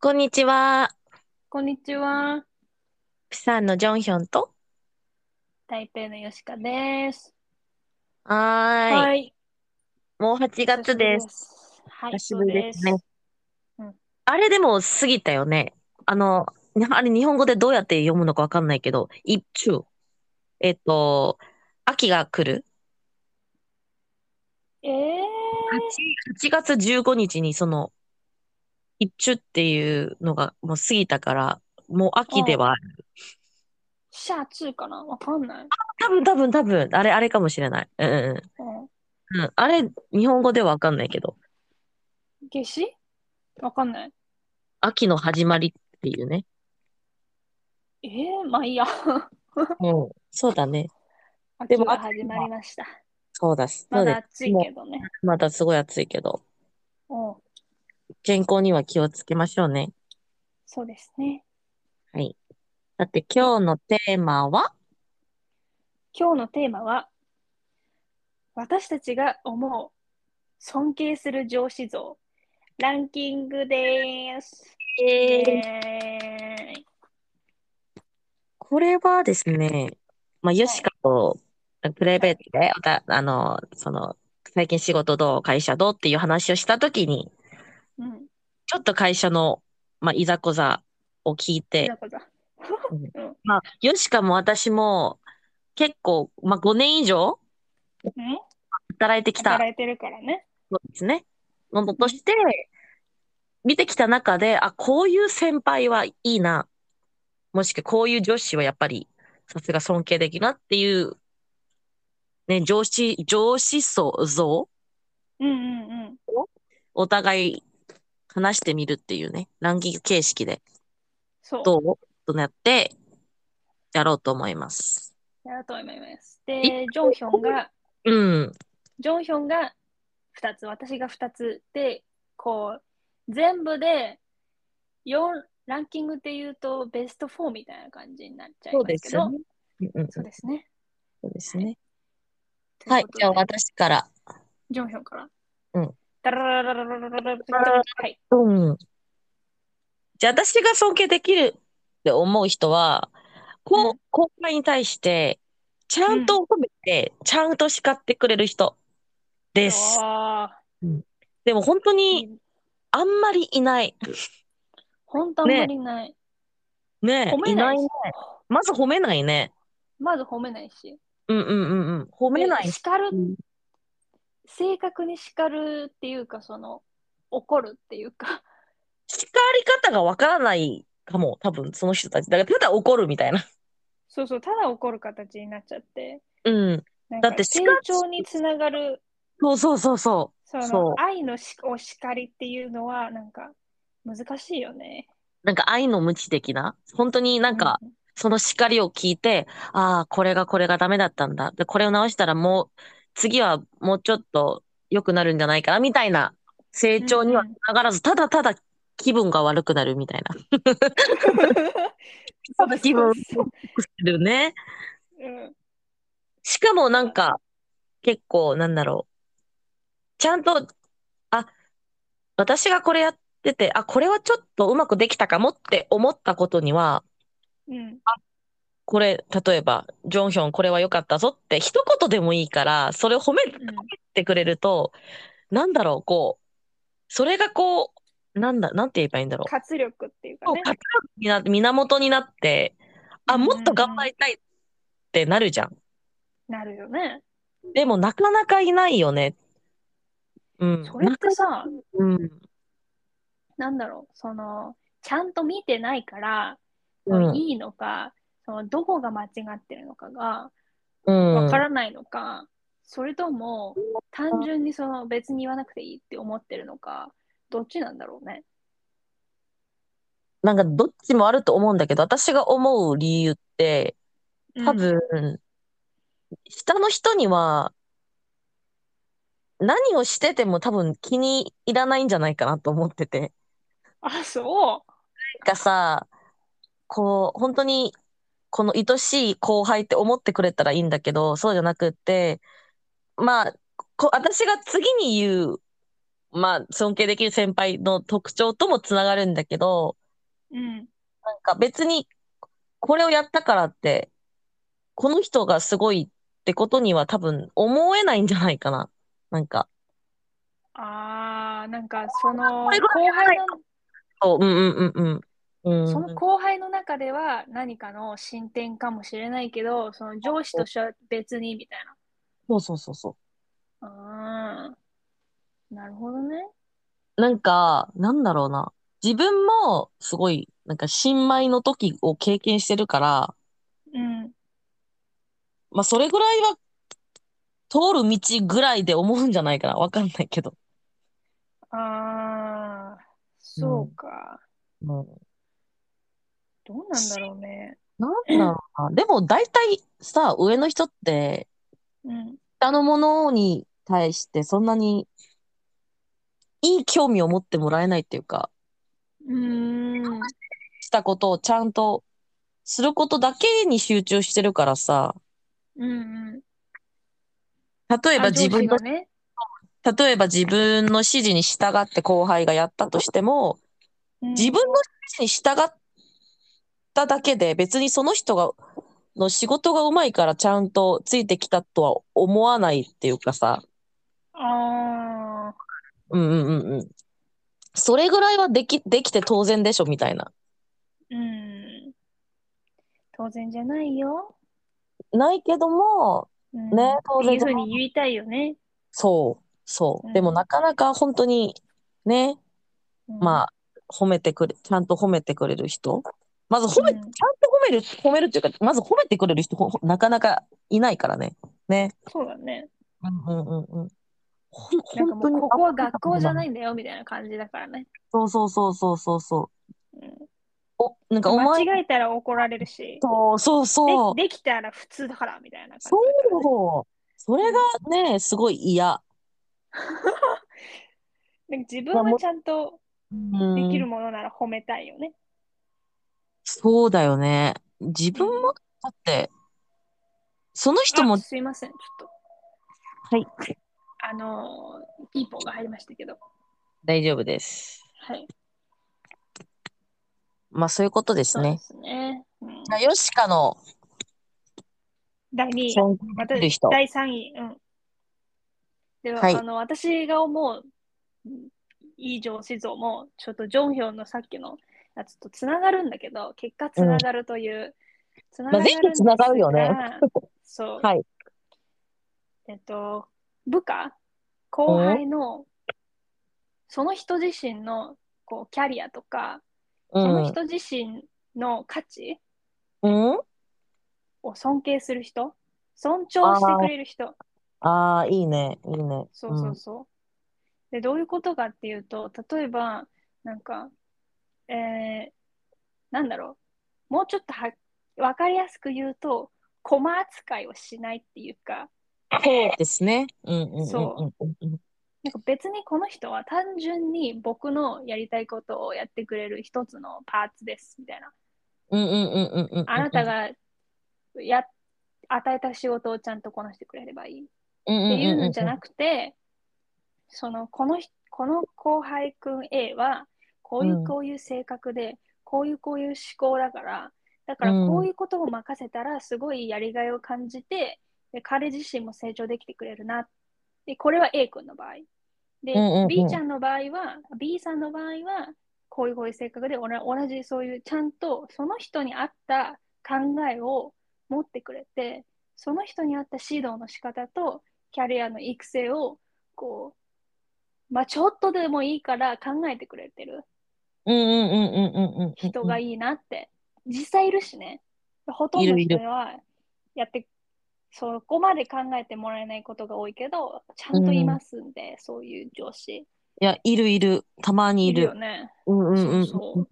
こんにちは。こんにちは。プサンのジョンヒョンと。台北のよしかです。はーい,、い。もう8月です。す。はい、久しぶりですねそうですうんあれでも過ぎたよね。あの、なあれ日本語でどうやって読むのかわかんないけど、一中。えっと、秋が来る。ええ 8, 月15日にその、一中っていうのがもう過ぎたから、もう秋ではある。シャツかなわかんない。多分多分多分、あれ、あれかもしれない。うんうんうん。うん。うん、あれ、日本語ではわかんないけど、夏至わかんない。秋の始まりっていうね。ええまあいい や。うん。そうだね。で秋もが始まりました。そうだす。まそうでだす暑いけどね。まだすごい暑いけど、うん。健康には気をつけましょうね。そうですね。だって今日のテーマは今日のテーマは、私たちが思う尊敬する上司像ランキングです。イエーイこれはですね、まあ、ヨシカとプライベートで、おたあの、その、最近仕事どう、会社どうっていう話をしたときに、うん。ちょっと会社の、まあ、いざこざを聞いて、なんかさまあ、ヨシカも私も結構、まあ、5年以上うん働いてきた。働いてるからね。そうですね。ものとして、見てきた中で、あ、こういう先輩はいいな。もしくはこういう上司はやっぱり、さすが尊敬できるなっていう、ね、上司、上司層像、うんうんうん。お互い話してみるっていうね、ランキング形式で、そう。どうとなって、やろうと思います。やると思います。で、ジョンヒョンが、うん。ジョンヒョンが2つ、私が2つで、こう、全部で4、ランキングで言うとベスト4みたいな感じになっちゃいますけど、ね。うんうんうんそそうですね。うですね。はい、とじゃうあことで私から。ジョンヒョンから。うん。ダララララララララはい。うん。じゃあ私が尊敬できるって思う人は、こううん後輩に対して、ちゃんと褒めて、ちゃんと叱ってくれる人です。おーでも本当にあんまりいない。ほんとあんまりない。ねえ褒めないしね。まず褒めないね。まず褒めないし。うんうんうんうん。褒めないでし。叱るうん正確に叱るっていうかその怒るっていうか叱り方がわからないかも、多分その人たち。だからただ怒るみたいな。そうそうただ怒る形になっちゃってうん。なんだっかて成叱っ長につながるそうそうそうそそのそう愛のしお叱りっていうのはなんか難しいよね。う。なんか愛の無知的な。本当になんか、うんその叱りを聞いて、ああ、これがこれがダメだったんだ。で、これを直したらもう、次はもうちょっと良くなるんじゃないかな、みたいな成長にはうんうんつながらず、ただただ気分が悪くなるみたいな。ただ気分をそうそうするね。うんしかもなんか、結構なんだろう。ちゃんと、あ、私がこれやってて、あ、これはちょっとうまくできたかもって思ったことには、うんこれ、例えば、ジョンヒョン、これは良かったぞって、一言でもいいから、それを褒めうんってくれると、なんだろう、こう、それがこう、なんだ、なんて言えばいいんだろう。活力っていうかこうね。活力にな源になって、あ、うんうんうんもっと頑張りたいってなるじゃん。なるよね。でも、なかなかいないよね。うん。それってさうん。なんだろうそのちゃんと見てないから、うん。いいのかそのどこが間違ってるのかがうん。わからないのか、それとも単純にその別に言わなくていいって思ってるのかどっちなんだろうね。なんか、どっちもあると思うんだけど、私が思う理由って、多うん、分、下の人には、何をしてても多分気に入らないんじゃないかなと思ってて。あそなんかさ、こう、本当に、この愛しい後輩って思ってくれたらいいんだけど、そうじゃなくって、まあ、こ私が次に言うまあ、尊敬できる先輩の特徴ともつながるんだけど、うん。なんか別に、これをやったからって、この人がすごいってことには多分思えないんじゃないかな。なんか、あー、なんかその後これぐらい輩の、そう、うんうんうんうん。うん。その後輩の中では何かの進展かもしれないけど、その上司としては別にみたいそうそうそうそう。な。うん。なるほどね。なんか、なんだろうな。自分もすごい、なんか新米の時を経験してるから、うん。まあそれぐらいは通る道ぐらいで思うんじゃないかな。わかんないけど。あー、そうか。うん、どうなんだろうね。なんだろうな。でも大体さ、上の人ってうん。下のものに対してそんなにいい興味を持ってもらえないっていうか、うーん。したことをちゃんとすることだけに集中してるからさ、うんうん。例えばあ、自上分司のがね。例えば自分の指示に従って後輩がやったとしても、うん自分の指示に従っただけで別にその人が、の仕事がうまいからちゃんとついてきたとは思わないっていうかさ、あー、うんうんうんうん。それぐらいはでき、できて当然でしょみたいな。うん。当然じゃないよ。ないけども、うん、ね当然っていうふうに言いたいよね。そう、そうう。んでもなかなか本当に、ね、まあ、褒めてくれ、ちゃんと褒めてくれる人。まずあ褒め、うちゃんとん褒める、褒めるっていうか、まず褒めてくれる人、ほほなかなかいないからね。ね。そうだね。うんうんうんうん。ほん、なん本かも当うに。。ここは学校じゃないいんだよみたいな感じだからね。そうそうそうそうそうそう。うんお、なんかお間前、違えたら怒られるし、そうそうそう。でできたら普通だからみたいな感じだそからね。う。それがね、すごい嫌。なんか自分はちゃんとうんできるものなら褒めたいよね。そうだよね。自分うも、だって、その人もあ、すいません、ちょっはと。い。あのー、ピーポーが入りましたけど。大丈夫です。はい。まあ、そういうことですそうでね。すね。うん、じゃあヨシカの第2位。尊敬できる私人。第3位。うん。では、はいあの、私が思う、うんいい上司像も、ちょっとジョンヒョンのさっきのやつとつながるんだけど、結果つながるという、つなまあがる全部繋がるよねんですが。そう。はい。えっと、部下、後輩の、その人自身の、こう、キャリアとか、うそんの。人自身の価値うんを尊敬する人、尊重してくれる人、ああ、いいね。いいね。そうそうそう。で、どういうことかっていうと、例えば、なんか、えー、なんだろう、もうちょっとは分かりやすく言うと、駒扱いをしないっていうか、うんそうですね。うんうんうんそうんうん。なんか別にこの人は単純に僕のやりたいことをやってくれる一つのパーツです、みたいな。うんうんうんうんうんうん。あなたがや与えた仕事をちゃんとこなしてくれればいい。うんうんっうんうん、ていうのじゃなくくて、そのこの人この後輩くん A はこういううんこういう性格で、こういうこういう思考だからだからうんこういうことを任せたらすごいやりがいを感じてで彼自身も成長できてくれるなでこれは A 君の場合で、うんうんうん B ちゃんの場合は B さんの場合はこういうこういう性格で同同じそういうちゃんとその人に合った考えを持ってくれてその人に合った指導の仕方とキャリアの育成をこう、まあ、ちょっとでもいいから考えてくれてるうんうんうんうんうんうん。人がいいなって、実際いるしねほとんどのいる人いはやってそこまで考えてもらえないことが多いけどちゃんといますんで、そういう上司いや、いるいる。たまにいいるるよ。ねうんうんうん。そうそ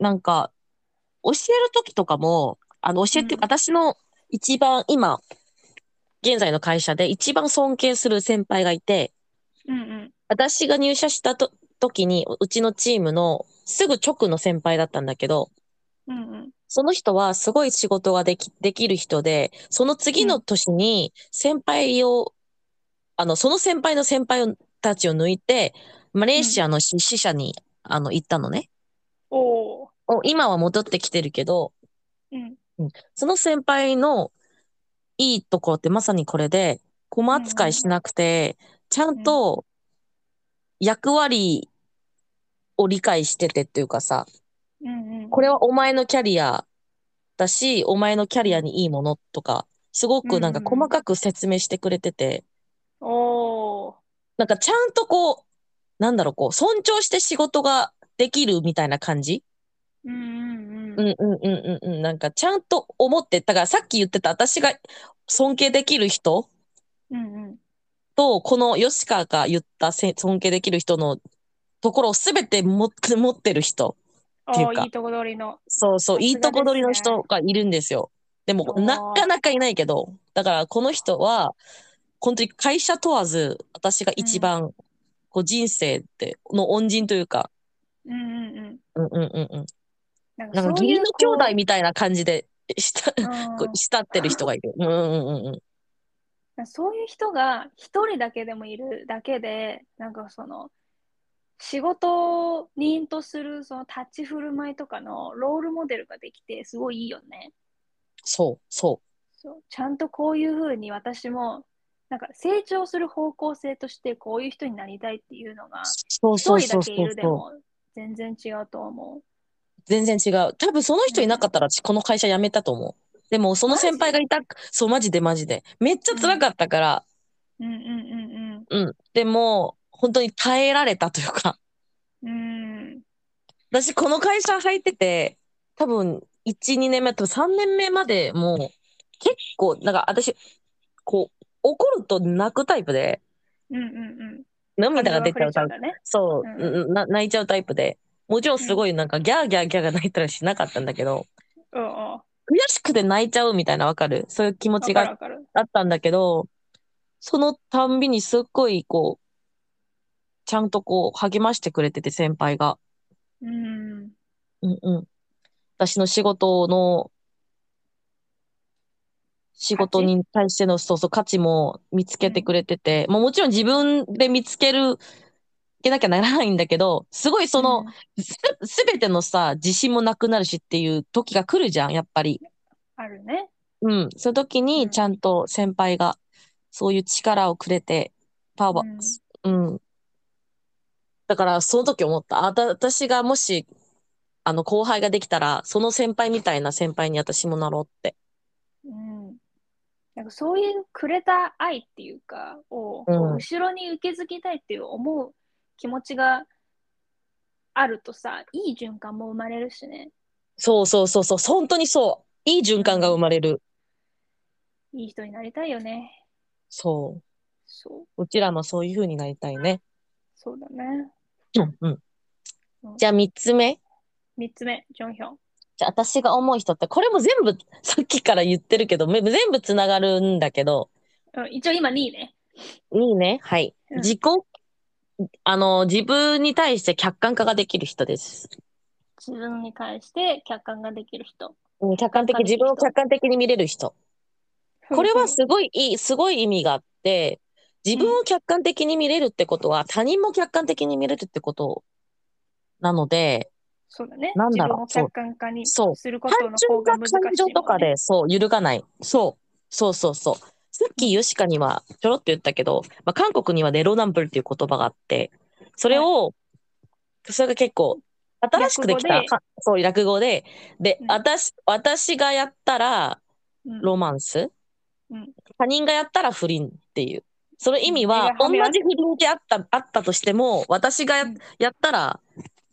なんか、教える時とかも、あの、教えて、うん私の一番今、現在の会社で一番尊敬する先輩がいて、うんうん私が入社したと時に、うちのチームのすぐ直の先輩だったんだけど、うんうんその人はすごい仕事ができ、できる人で、その次の年に先輩を、あの、その先輩の先輩をたちを抜いて、マレーシアの支持者に、あの、行ったのね。おー。お今は戻ってきてるけど、うん。その先輩のいいところってまさにこれで、コマ扱いしなくて、ちゃんと役割を理解しててっていうかさ、うんうん。これはお前のキャリアだし、お前のキャリアにいいものとか、すごくなんかうんうんう細んかく説明してくれてて、おー。なんかちゃんとこう、なんだろう、こう、尊重して仕事ができるみたいな感じうんううんうん。んうんうんうんうん。なんかちゃんと思って、だからさっき言ってた私が尊敬できる人うんうん。と、この吉川が言ったせ尊敬できる人のところをすべて持って持ってる人。っていうおかー、いいとこ取りの。そうそう、さすがいいとこ取りの人がいるんですよ。でも、おーなかなかいないけど、だからこの人は、本当に会社問わず、私が一番、こう人生って、の恩人というか、うんうんうん。うんうんうんうん。ななんんかかそう義い理うの兄弟みたいな感じで、した、こうこう慕ってる人がいる。うんうんうんうん。うんそういう人が一人だけでもいるだけで、なんかその、仕事人とするその立ち振る舞いとかのロールモデルができて、すごいいいよね。そう、そそう、ちゃんとこういうふうに私も、なんか成長する方向性としてこういう人になりたいっていうのう。、がそう一そう人そだうけそういるでそう。も全然違うと思全然違う。多分その人いなかったら、私この会社辞めたと思う。でも、その先輩がいた、そう、マジでマジで。めっちゃ辛かったから、う。うんうんうんうん。でも、本当に耐えられたというか、 うん。うん。私この会社入ってて、多分、1、2年目、多分3年目までもう、結構、なんか私、こう、怒ると泣くタイプで、うんうんうん。涙が出ちゃうタイプ。感情が溢れちゃうんだね。そうう、な、泣いちゃうタイプで。もちろんすごいなんか、ギャーギャーギャーが泣いたりしなかったんだけど、うんうん。わ悔しくて泣いちゃうみたいなわかるそういう気持ちかがるわかる。あったんだけど、そのたんびにすっごいこう、ちゃんとこう励ましてくれてて先輩が。うん。うんうん。私の仕事の、仕事に対してのそうそう価値も見つけてくれてて、もうもちろん自分で見つける、けなきゃならないんだけど、すごいその、す、すべてのさ、自信もなくなるしっていう時が来るじゃん、やっぱり。あるね。うん。その時うんにちゃんと先輩が、そういう力をくれて、パワー、うんうん。だから、その時思った。あた、私がもし、あの、後輩ができたら、その先輩みたいな先輩に私もなろうって。うん。なんかそういうくれた愛っていうか、を、うん後ろに受け継ぎたいっていう思う気持ちがあるとさ、いい循環も生まれるしね。そうそうそうそう。本当にそう。いい循環が生まれる。いい人になりたいよね。そそう。う。うちらもそういう風になりたいね。そうだね。うん、うんう。んじゃあ、三つ目。三つ目、ジョンヒョン。じゃあ、私が思う人って、これも全部、さっきから言ってるけど、め全部つながるんだけど、うん、一応今2位ね。いいね。はい。うん自己、あの、自分に対して客観化ができる人です。自分に関して客観ができる人。うん客観的、客観的自分を人客観的に見れる人。これはすごいいい、すごい意味があって、自分を客観的に見れるってことは、他人も客観的に見れるってことなので、そうだね。なん自だ分ろうを客観化にすそうるこ単との方純がな難しい感もんね。情とかで、そう、揺るがない。そう、そうそうそう。さっきヨシカにはちょろっと言ったけど、まあ、韓国にはネロナンブルっていう言葉があって、それを、それが結構、新しくできた略語で、かそう、略語で、で、うん私、私がやったらうん。ロマンス、うん他人がやったら不倫っていう。その意味うんは、同目がはめ合うじ不倫であった、あったとしても、私がやうんやったら、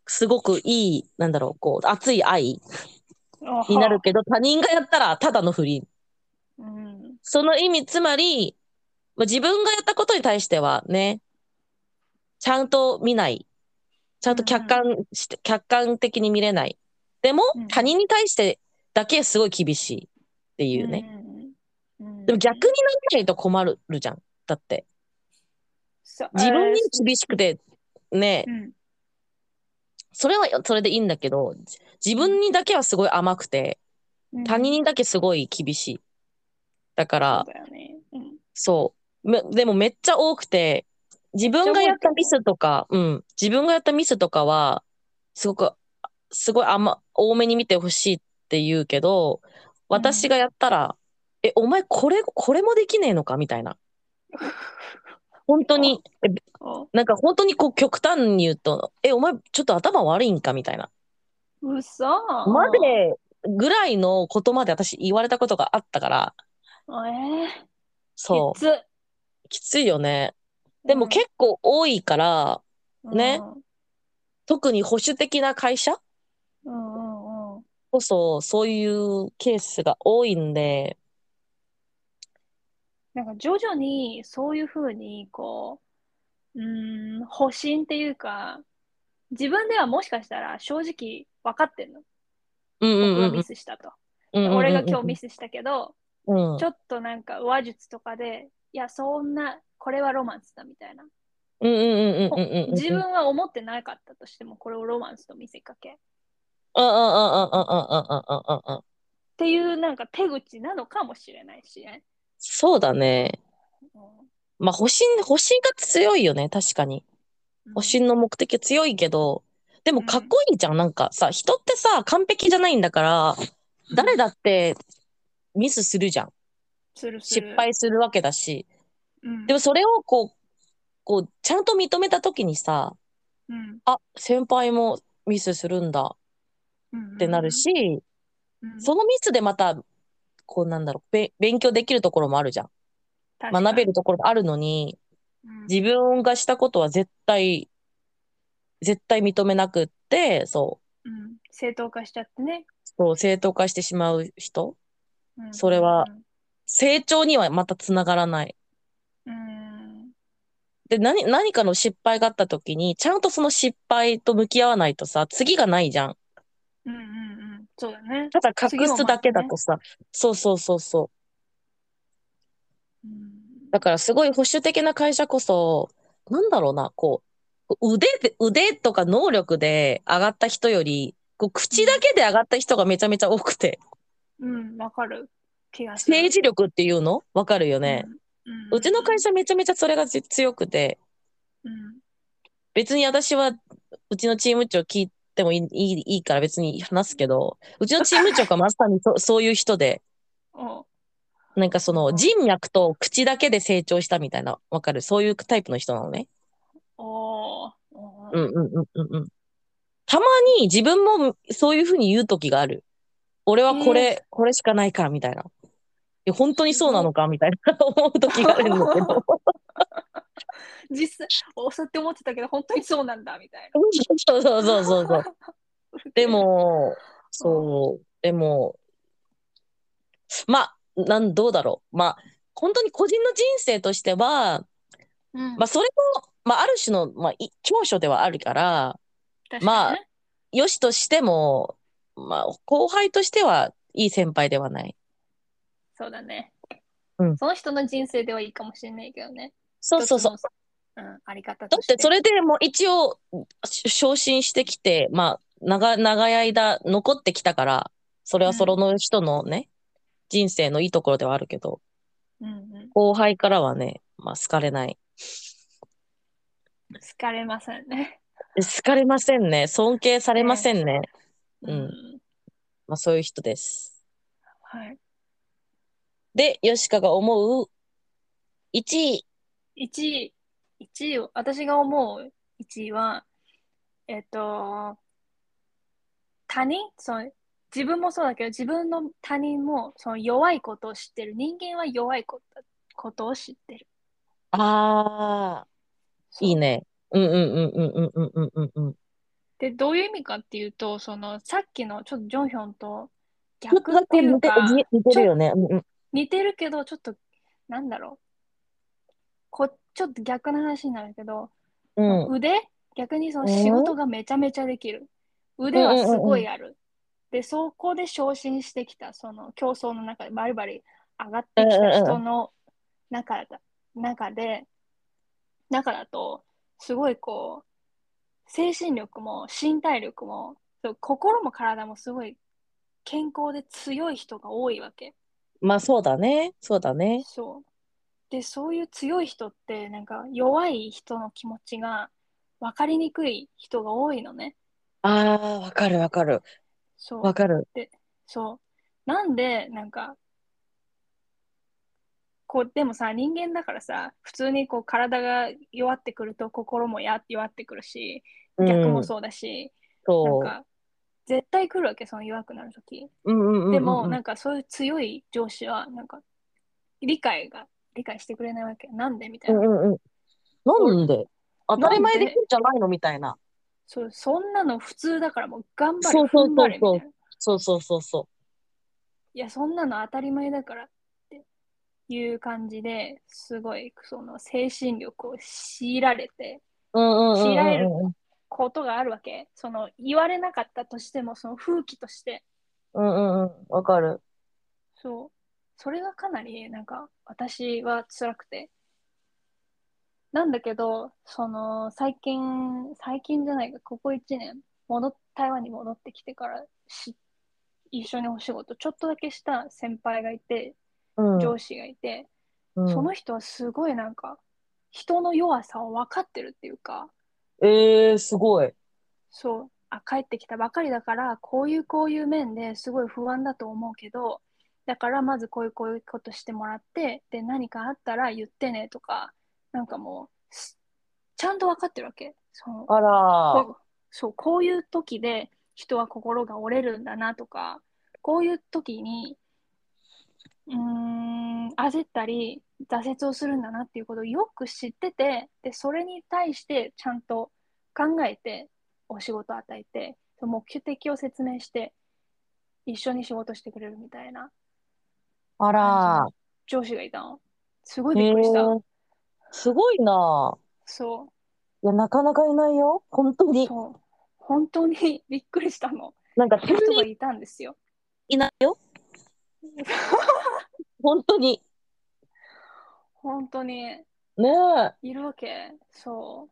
すごくいい、なんだろう、こう、熱い愛おはになるけど、他人がやったらただの不倫。うん。その意味、つまり、まあ自分がやったことに対してはね、ちゃんと見ない。ちゃんと客観して、客観的に見れない。でもうんうん、他人に対してだけすごい厳しいっていうね。うんうんうん。でも逆にならないと困るじゃん。だって、そう自分にえ厳しくて、ねー、うんそれはそれでいいんだけど、じ自分にだけはすごい甘くて、うん他人にだけすごい厳しい。だかそらう、だよね。うんそう。めでもめっちゃ多くて、自分がやったミスとか、うん、自分がやったミスとかは、すごく、すごいあんま、多めに見てほしいって言うけど、私がやったら、え、お前これ、これもできねえのかみたいな。本当に、えおなんか本当にこう極端に言うと、え、お前ちょっと頭悪いんかみたいな。うそまでぐらいのことまで私言われたことがあったから、えー、そきつう、きついよね。でも結構多いから、うんね特に保守的な会社うんうんうんこそそういうケースが多いんで、なんか徐々にそういうふうにこう、うーん、保身っていうか、自分ではもしかしたら正直分かってんの。うんう僕んがうんミスしたと。うん。俺が今日ミスしたけど、うんちょっとなんか話術とかで、いや、そんな、これはロマンスだみたいな。うんうんうんうんうんうん。自分は思ってなかったとしても、これをロマンスと見せかけ。っうんうんうんうんうんうんうんうんうんうん。ていうなんか手口なのかもしれないしね。そうだね。うまあ、保身、保身が強いよね、確かに。ん保身の目的は強いけど、でもかっこいいじゃん。なんかさ、人ってさ、完璧じゃないんだから、誰だってミスするじゃん。するす失る、敗するわけだし。うんでもそれをこう、こう、ちゃんと認めたときにさ、うんあ、先輩もミスするんだうんってなる、し、うんうんそのミスでまた、こうなんだろう、べ勉強できるところもあるじゃん。確かに学べるところもあるのに、うん自分がしたことは絶対、絶対認めなくって、そう。うん、正当化しちゃってね。そう、正当化してしまう人、うんそれは。うん成長にはまたつながらない。うん。で、何、何かの失敗があった時に、ちゃんとその失敗と向き合わないとさ、次がないじゃん。うんうんうん。そうだね。ただ隠すだけだとさ、そうそうそうそう。うんだからすごい保守的な会社こそ、なんだろうな、こう、腕で、腕とか能力で上がった人より、こう口だけで上がった人がめちゃめちゃ多くて、うん、わかる気がする。政治力っていうのわかるよね。うん、うちの会社めちゃめちゃそれがじ強くて、うん、別に私はうちのチーム長聞いてもいいいいいいから別に話すけど、うちのチーム長がまさに そそういう人で、おなんかその人脈と口だけで成長したみたいな、わかるそういうタイプの人なのね。おうんうんうんうんうん。たまに自分もそういうふうに言う時がある。俺はこれ、これしかないからみたいな。いや本当にそうなのかみたいな思う時があるんだけど。実際おそうって思ってたけど本当にそうなんだみたいな。そうそうそうそうそう。でも、そう、でも、まあ、なん、どうだろう。まあ、本当に個人の人生としては、うん、まあ、それも、まあ、ある種の、まあ、い長所ではあるから、確かにねまあよしとしても、まあ、後輩としてはいい先輩ではない。そうだね、うんその人の人生ではいいかもしれないけどね。そうそうそう。一つの。うん、あり方だとっ、してそれ、れでもう一応、し昇進してきて、まあ、長、長い間残ってきたから、それはその人のね、人生のいいところではあるけど、うんうん、後輩からはね、まあ、好かれない。好かれませんね。好かれませんね。尊敬されませんね。うんうん、まあそういう人です。はい。で、ヨシカが思う1位。 1位、1位を、私が思う1位は、えっと、他人そう、自分もそうだけど、自分の他人もその弱いことを知ってる。人間は弱いことことを知ってる。ああ、そういい。ね。うんうんうんうんうんうんうんうんうん。で、どういう意味かっていうと、そのさっきのちょっとジョンヒョンとちょっと逆だってけいう似てか、似似てるよね。うんうん似てるけど、ちょっと、なんだろう。こ、ちょっと逆の話になるけど、うん腕逆にそのうん仕事がめちゃめちゃできる。腕はすごいある。で、そこで昇進してきた、その競争の中でバリバリ上がってきた人の中だ、中で、中だと、すごいこう、精神力も身体力も、そう心も体もすごい健康で強い人が多いわけ。まあそうだね。そうだね。そう。でそういう強い人ってなんか弱い人の気持ちが分かりにくい人が多いのねああ、わかるわかる。そうわかる。そうなんでなんかこうでもさ人間だからさ普通にこう体が弱ってくると心もや弱ってくるし逆もうん、そうだし、そなんか絶対来るわけその弱くなる時う。うんうんうんうんうん。でも、なんかそういう強い上司はなんか理解が理解してくれないわけなんでみたういんな、うんうん。なんで当たり前で来るんじゃないのみたいな。そうそんなの普通だからもう頑張れそうそう踏ん張れみたいそうそそうなそうそうそいやそんなの当たり前だからっていう感じですごいその精神力を強いられてう。うんうんうん知られるうんうん。ことがあるわけその言われなかったとしてもその風紀としてうんうんうん。わかる。そうそれがかなりなんか私は辛くてなんだけどその最近最近じゃないかここ1年戻っ台湾に戻ってきてからし一緒にお仕事ちょっとだけした先輩がいてうん。上司がいて、うんその人はすごいなんか人の弱さを分かってるっていうかええ、すごい。そうあ帰ってきたばかりだからこういうこういう面ですごい不安だと思うけどだからまずこういうこういうことしてもらってで何かあったら言ってねとかなんかもうすちゃんと分かってるわけそのあら。こうそうこういう時で人は心が折れるんだなとかこういう時にうーん焦ったり挫折をするんだなっていうことをよく知っててでそれに対してちゃんと考えてお仕事を与えてその目的を説明して一緒に仕事してくれるみたいなあら。上司がいたのすごいびえっえくりした、。すごいな。そういや、なかなかいないよ。本当に。そう本当にびっくりしたのなんか、人天然がいたんですよいないよ。本当に。本当にねいるわけそう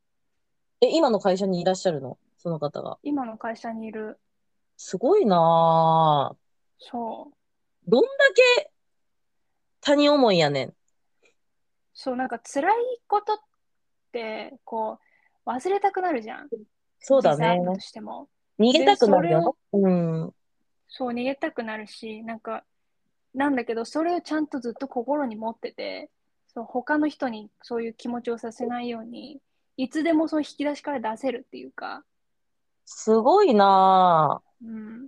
え。え、今の会社にいらっしゃるのその方が。今の会社にいるすごいな。そうどんだけ他人思いやねん。そうなんか辛いことってこう忘れたくなるじゃんそうだ実際あねっ。たとしても逃げたくなるでよ。うん。そう逃げたくなるしなんかなんだけどそれをちゃんとずっと心に持っててそう他の人にそういう気持ちをさせないようにいつでもその引き出しから出せるっていうか、すごいなぁ。うちん、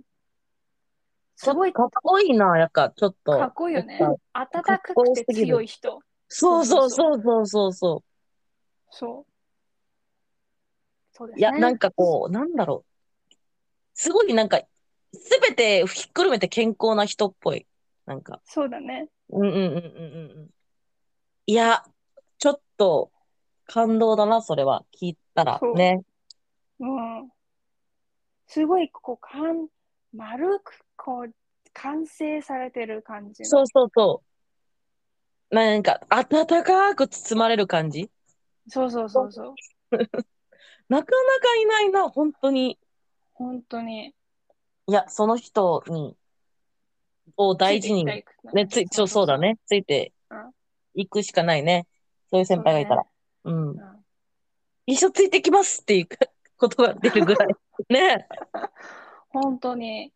ょすごいかっこいいなぁ、やっぱ、ちょっと。かっこいいよねやっ温かっかくこよすてぎる強い人そうそうそそうそうそうそそうそうでう。すいや、ねなんかこう、なんだろう。すごいなんか、すべてひっくるめて健康な人っぽい。なんか。そうだねうんうんうんうんうんうん。いや、ちょっと、感動だな、それは。聞いたらそうね。うんすごいこうかん丸くこう完成されてる感じそのうそうそう。なんか、温かく包まれる感じ。そうそうそうそうなかなかいないな、本当に。本当にいや、その人に、を大事に、ついていね、きたついい、そう、そうだね。ついてうんいくしかないね。そういう先輩がいたら。うん。うん一緒ついてきますっていう言葉が出るぐ らい。ね。本当にい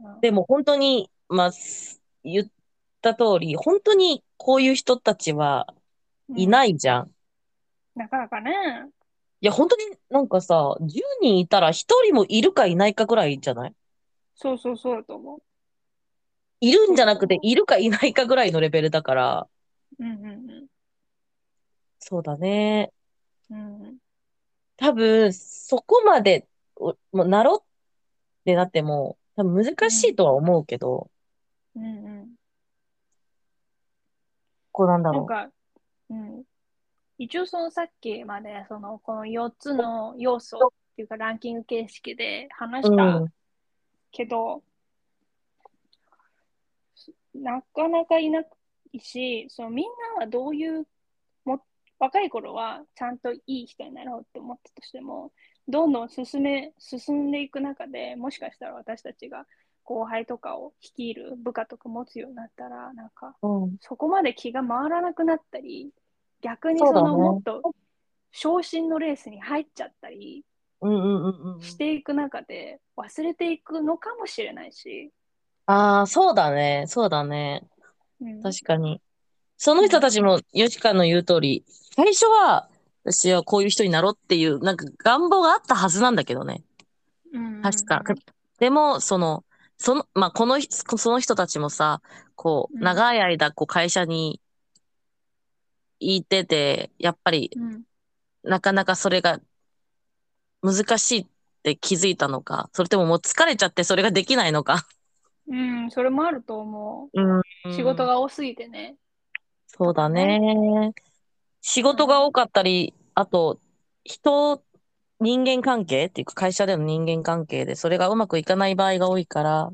うんでも本当に、まあ、す言った通り、本当にこういう人たちはうんいないじゃん。いなかなかねや、本当になんかさ、10人いたら1人もいるかいないかぐらいじゃないそうそうそうだと思いるんじゃなくて、いるかいないかぐらいのレベルだから、ううんうんそうだね。うんうん多分、そこまで、おもう、なろってなっても、多分難しいとは思うけど、うんうんこうなんだなんろう。かうん一応そのさっきまでそのこの4つの要素っていうかランキング形式で話した、うん。けど、なかなかいないし、そのみんなはどういうも、若い頃はちゃんといい人になろうって思ったとしても、どんどん進め、進んでいく中でもしかしたら私たちが後輩とかを率いる部下とか持つようになったら、なんか、うん。そこまで気が回らなくなったり、逆にそそうだねのもっと昇進のレースに入っちゃったりうんうんうんうん。していく中で忘れていくのかもしれないし、ああ、そうだね。そうだね。うん、確かに。その人たちも、ヨシカの言う通り、最初は、私はこういう人になろうっていう、なんか願望があったはずなんだけどね。うん確か。でも、その、その、まあ、この人、その人たちもさ、こう、うん長い間、こう、会社にいてて、やっぱり、うんなかなかそれが難しいって気づいたのか、それとももう疲れちゃってそれができないのか。うん、それもあると思う。仕事。が多すぎてね。そうだね。仕事が多かったり、あと、人、人間関係っていうか会社での人間関係でそれがうまくいかない場合が多いから、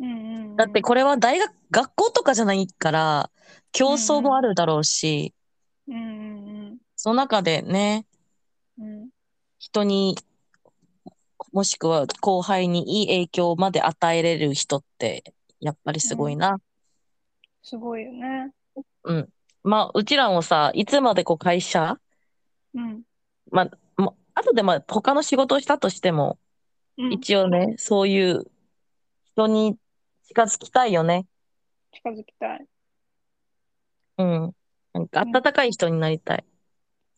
うんうんうん、だってこれは大学、学校とかじゃないから、競争もあるだろうし、うんうんその中でね、うんうん人に、もしくは後輩にいい影響まで与えれる人って、やっぱりすごいな。すごいよね。まあ、うちらもさ、いつまでこう会社、うん。もう後でまあ他の仕事をしたとしても、うん、一応ね、そういう人に近づきたいよね。近づきたい。うん。なんか温かい人になりたい。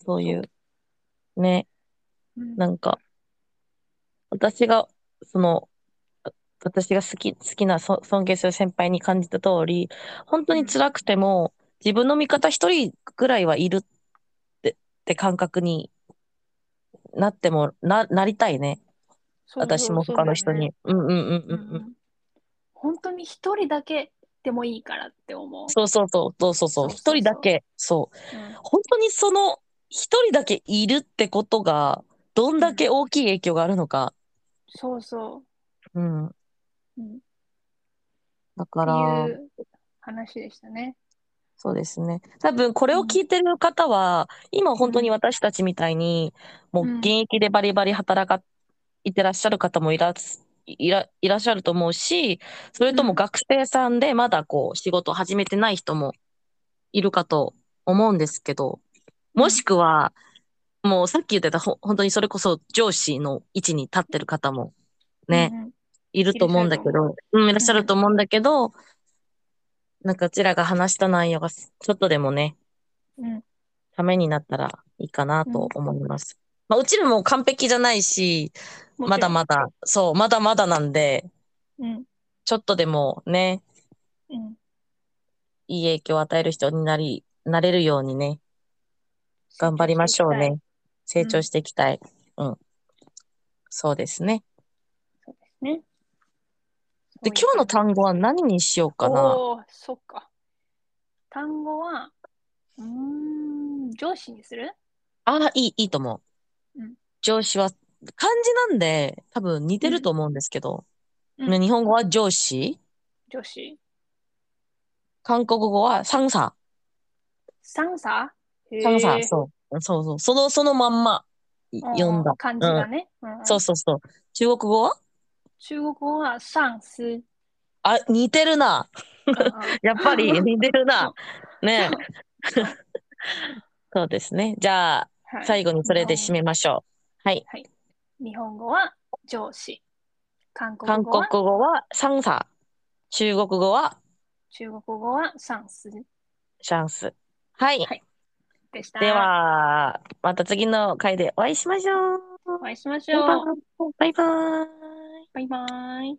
そういう。ね。うんなんか、私が、その、あ私が好き、好きな、そ尊敬する先輩に感じた通り、本当に辛くても、自分の味方一人ぐらいはいるって、って感覚になっても、な、なりたいね。そうそう私も他の人に。。うんうんうんそううだよんねううん。ん本当に一人だけでもいいからって思う。そうそうそう、そうそうそう、そうそうそう一人だけ、そう。うん本当にその、一人だけいるってことが、どんだけ大きい影響があるのか。そうそうん。う。うん、っだかてら、いう話でしたね。そうですね。多分これを聞いてる方は、今本当に私たちみたいに、もううん現役でバリバリ働かいてらっしゃる方もいらっいらいらっしゃると思うし、それともうん学生さんでまだこう仕事を始めてない人もいるかと思うんですけど、もしくは、もうさっき言ってたほ本当にそれこそ上司の位置に立ってる方もね、うんいると思うんだけど、うん、いらっしゃると思うんだけど、なんかうちらが話した内容がちょっとでもね、うんうんためになったらいいかなと思います。まあ、うちらも完璧じゃないし、もちろんまだまだ、そう、まだまだなんで、うんちょっとでもね、うんいい影響を与える人になり、なれるようにね、頑張りましょうね。。成成長長ししていきたい。うん。そうですね。そうですね。で、今日の単語は何にしようかな。おーそっか。単語は、うーん、上司にするああ、いい、いいと思ううん。上司は、漢字なんで、多分似てると思うんですけど、うんね日本語は上司、上司。韓国語は상사、サンサへー 상사、そう。そうそう。その、そのまんま、いうんうん読んだ。漢字がね。うんうんそうそうそう。中国語は中国語は上司。うんあ、似てるな。うんやっぱ り似てるな。ねそうそうですね。じゃあ、は い最後にそれで締めましょう。はい。日本語は上司。韓国韓語国は語は상사、中国語は中国語は上司シャンス。はい。でした。で、は、また次の回でお会いしましょう。お会いしましバイょバう。イ。バイバイ。バイバイ。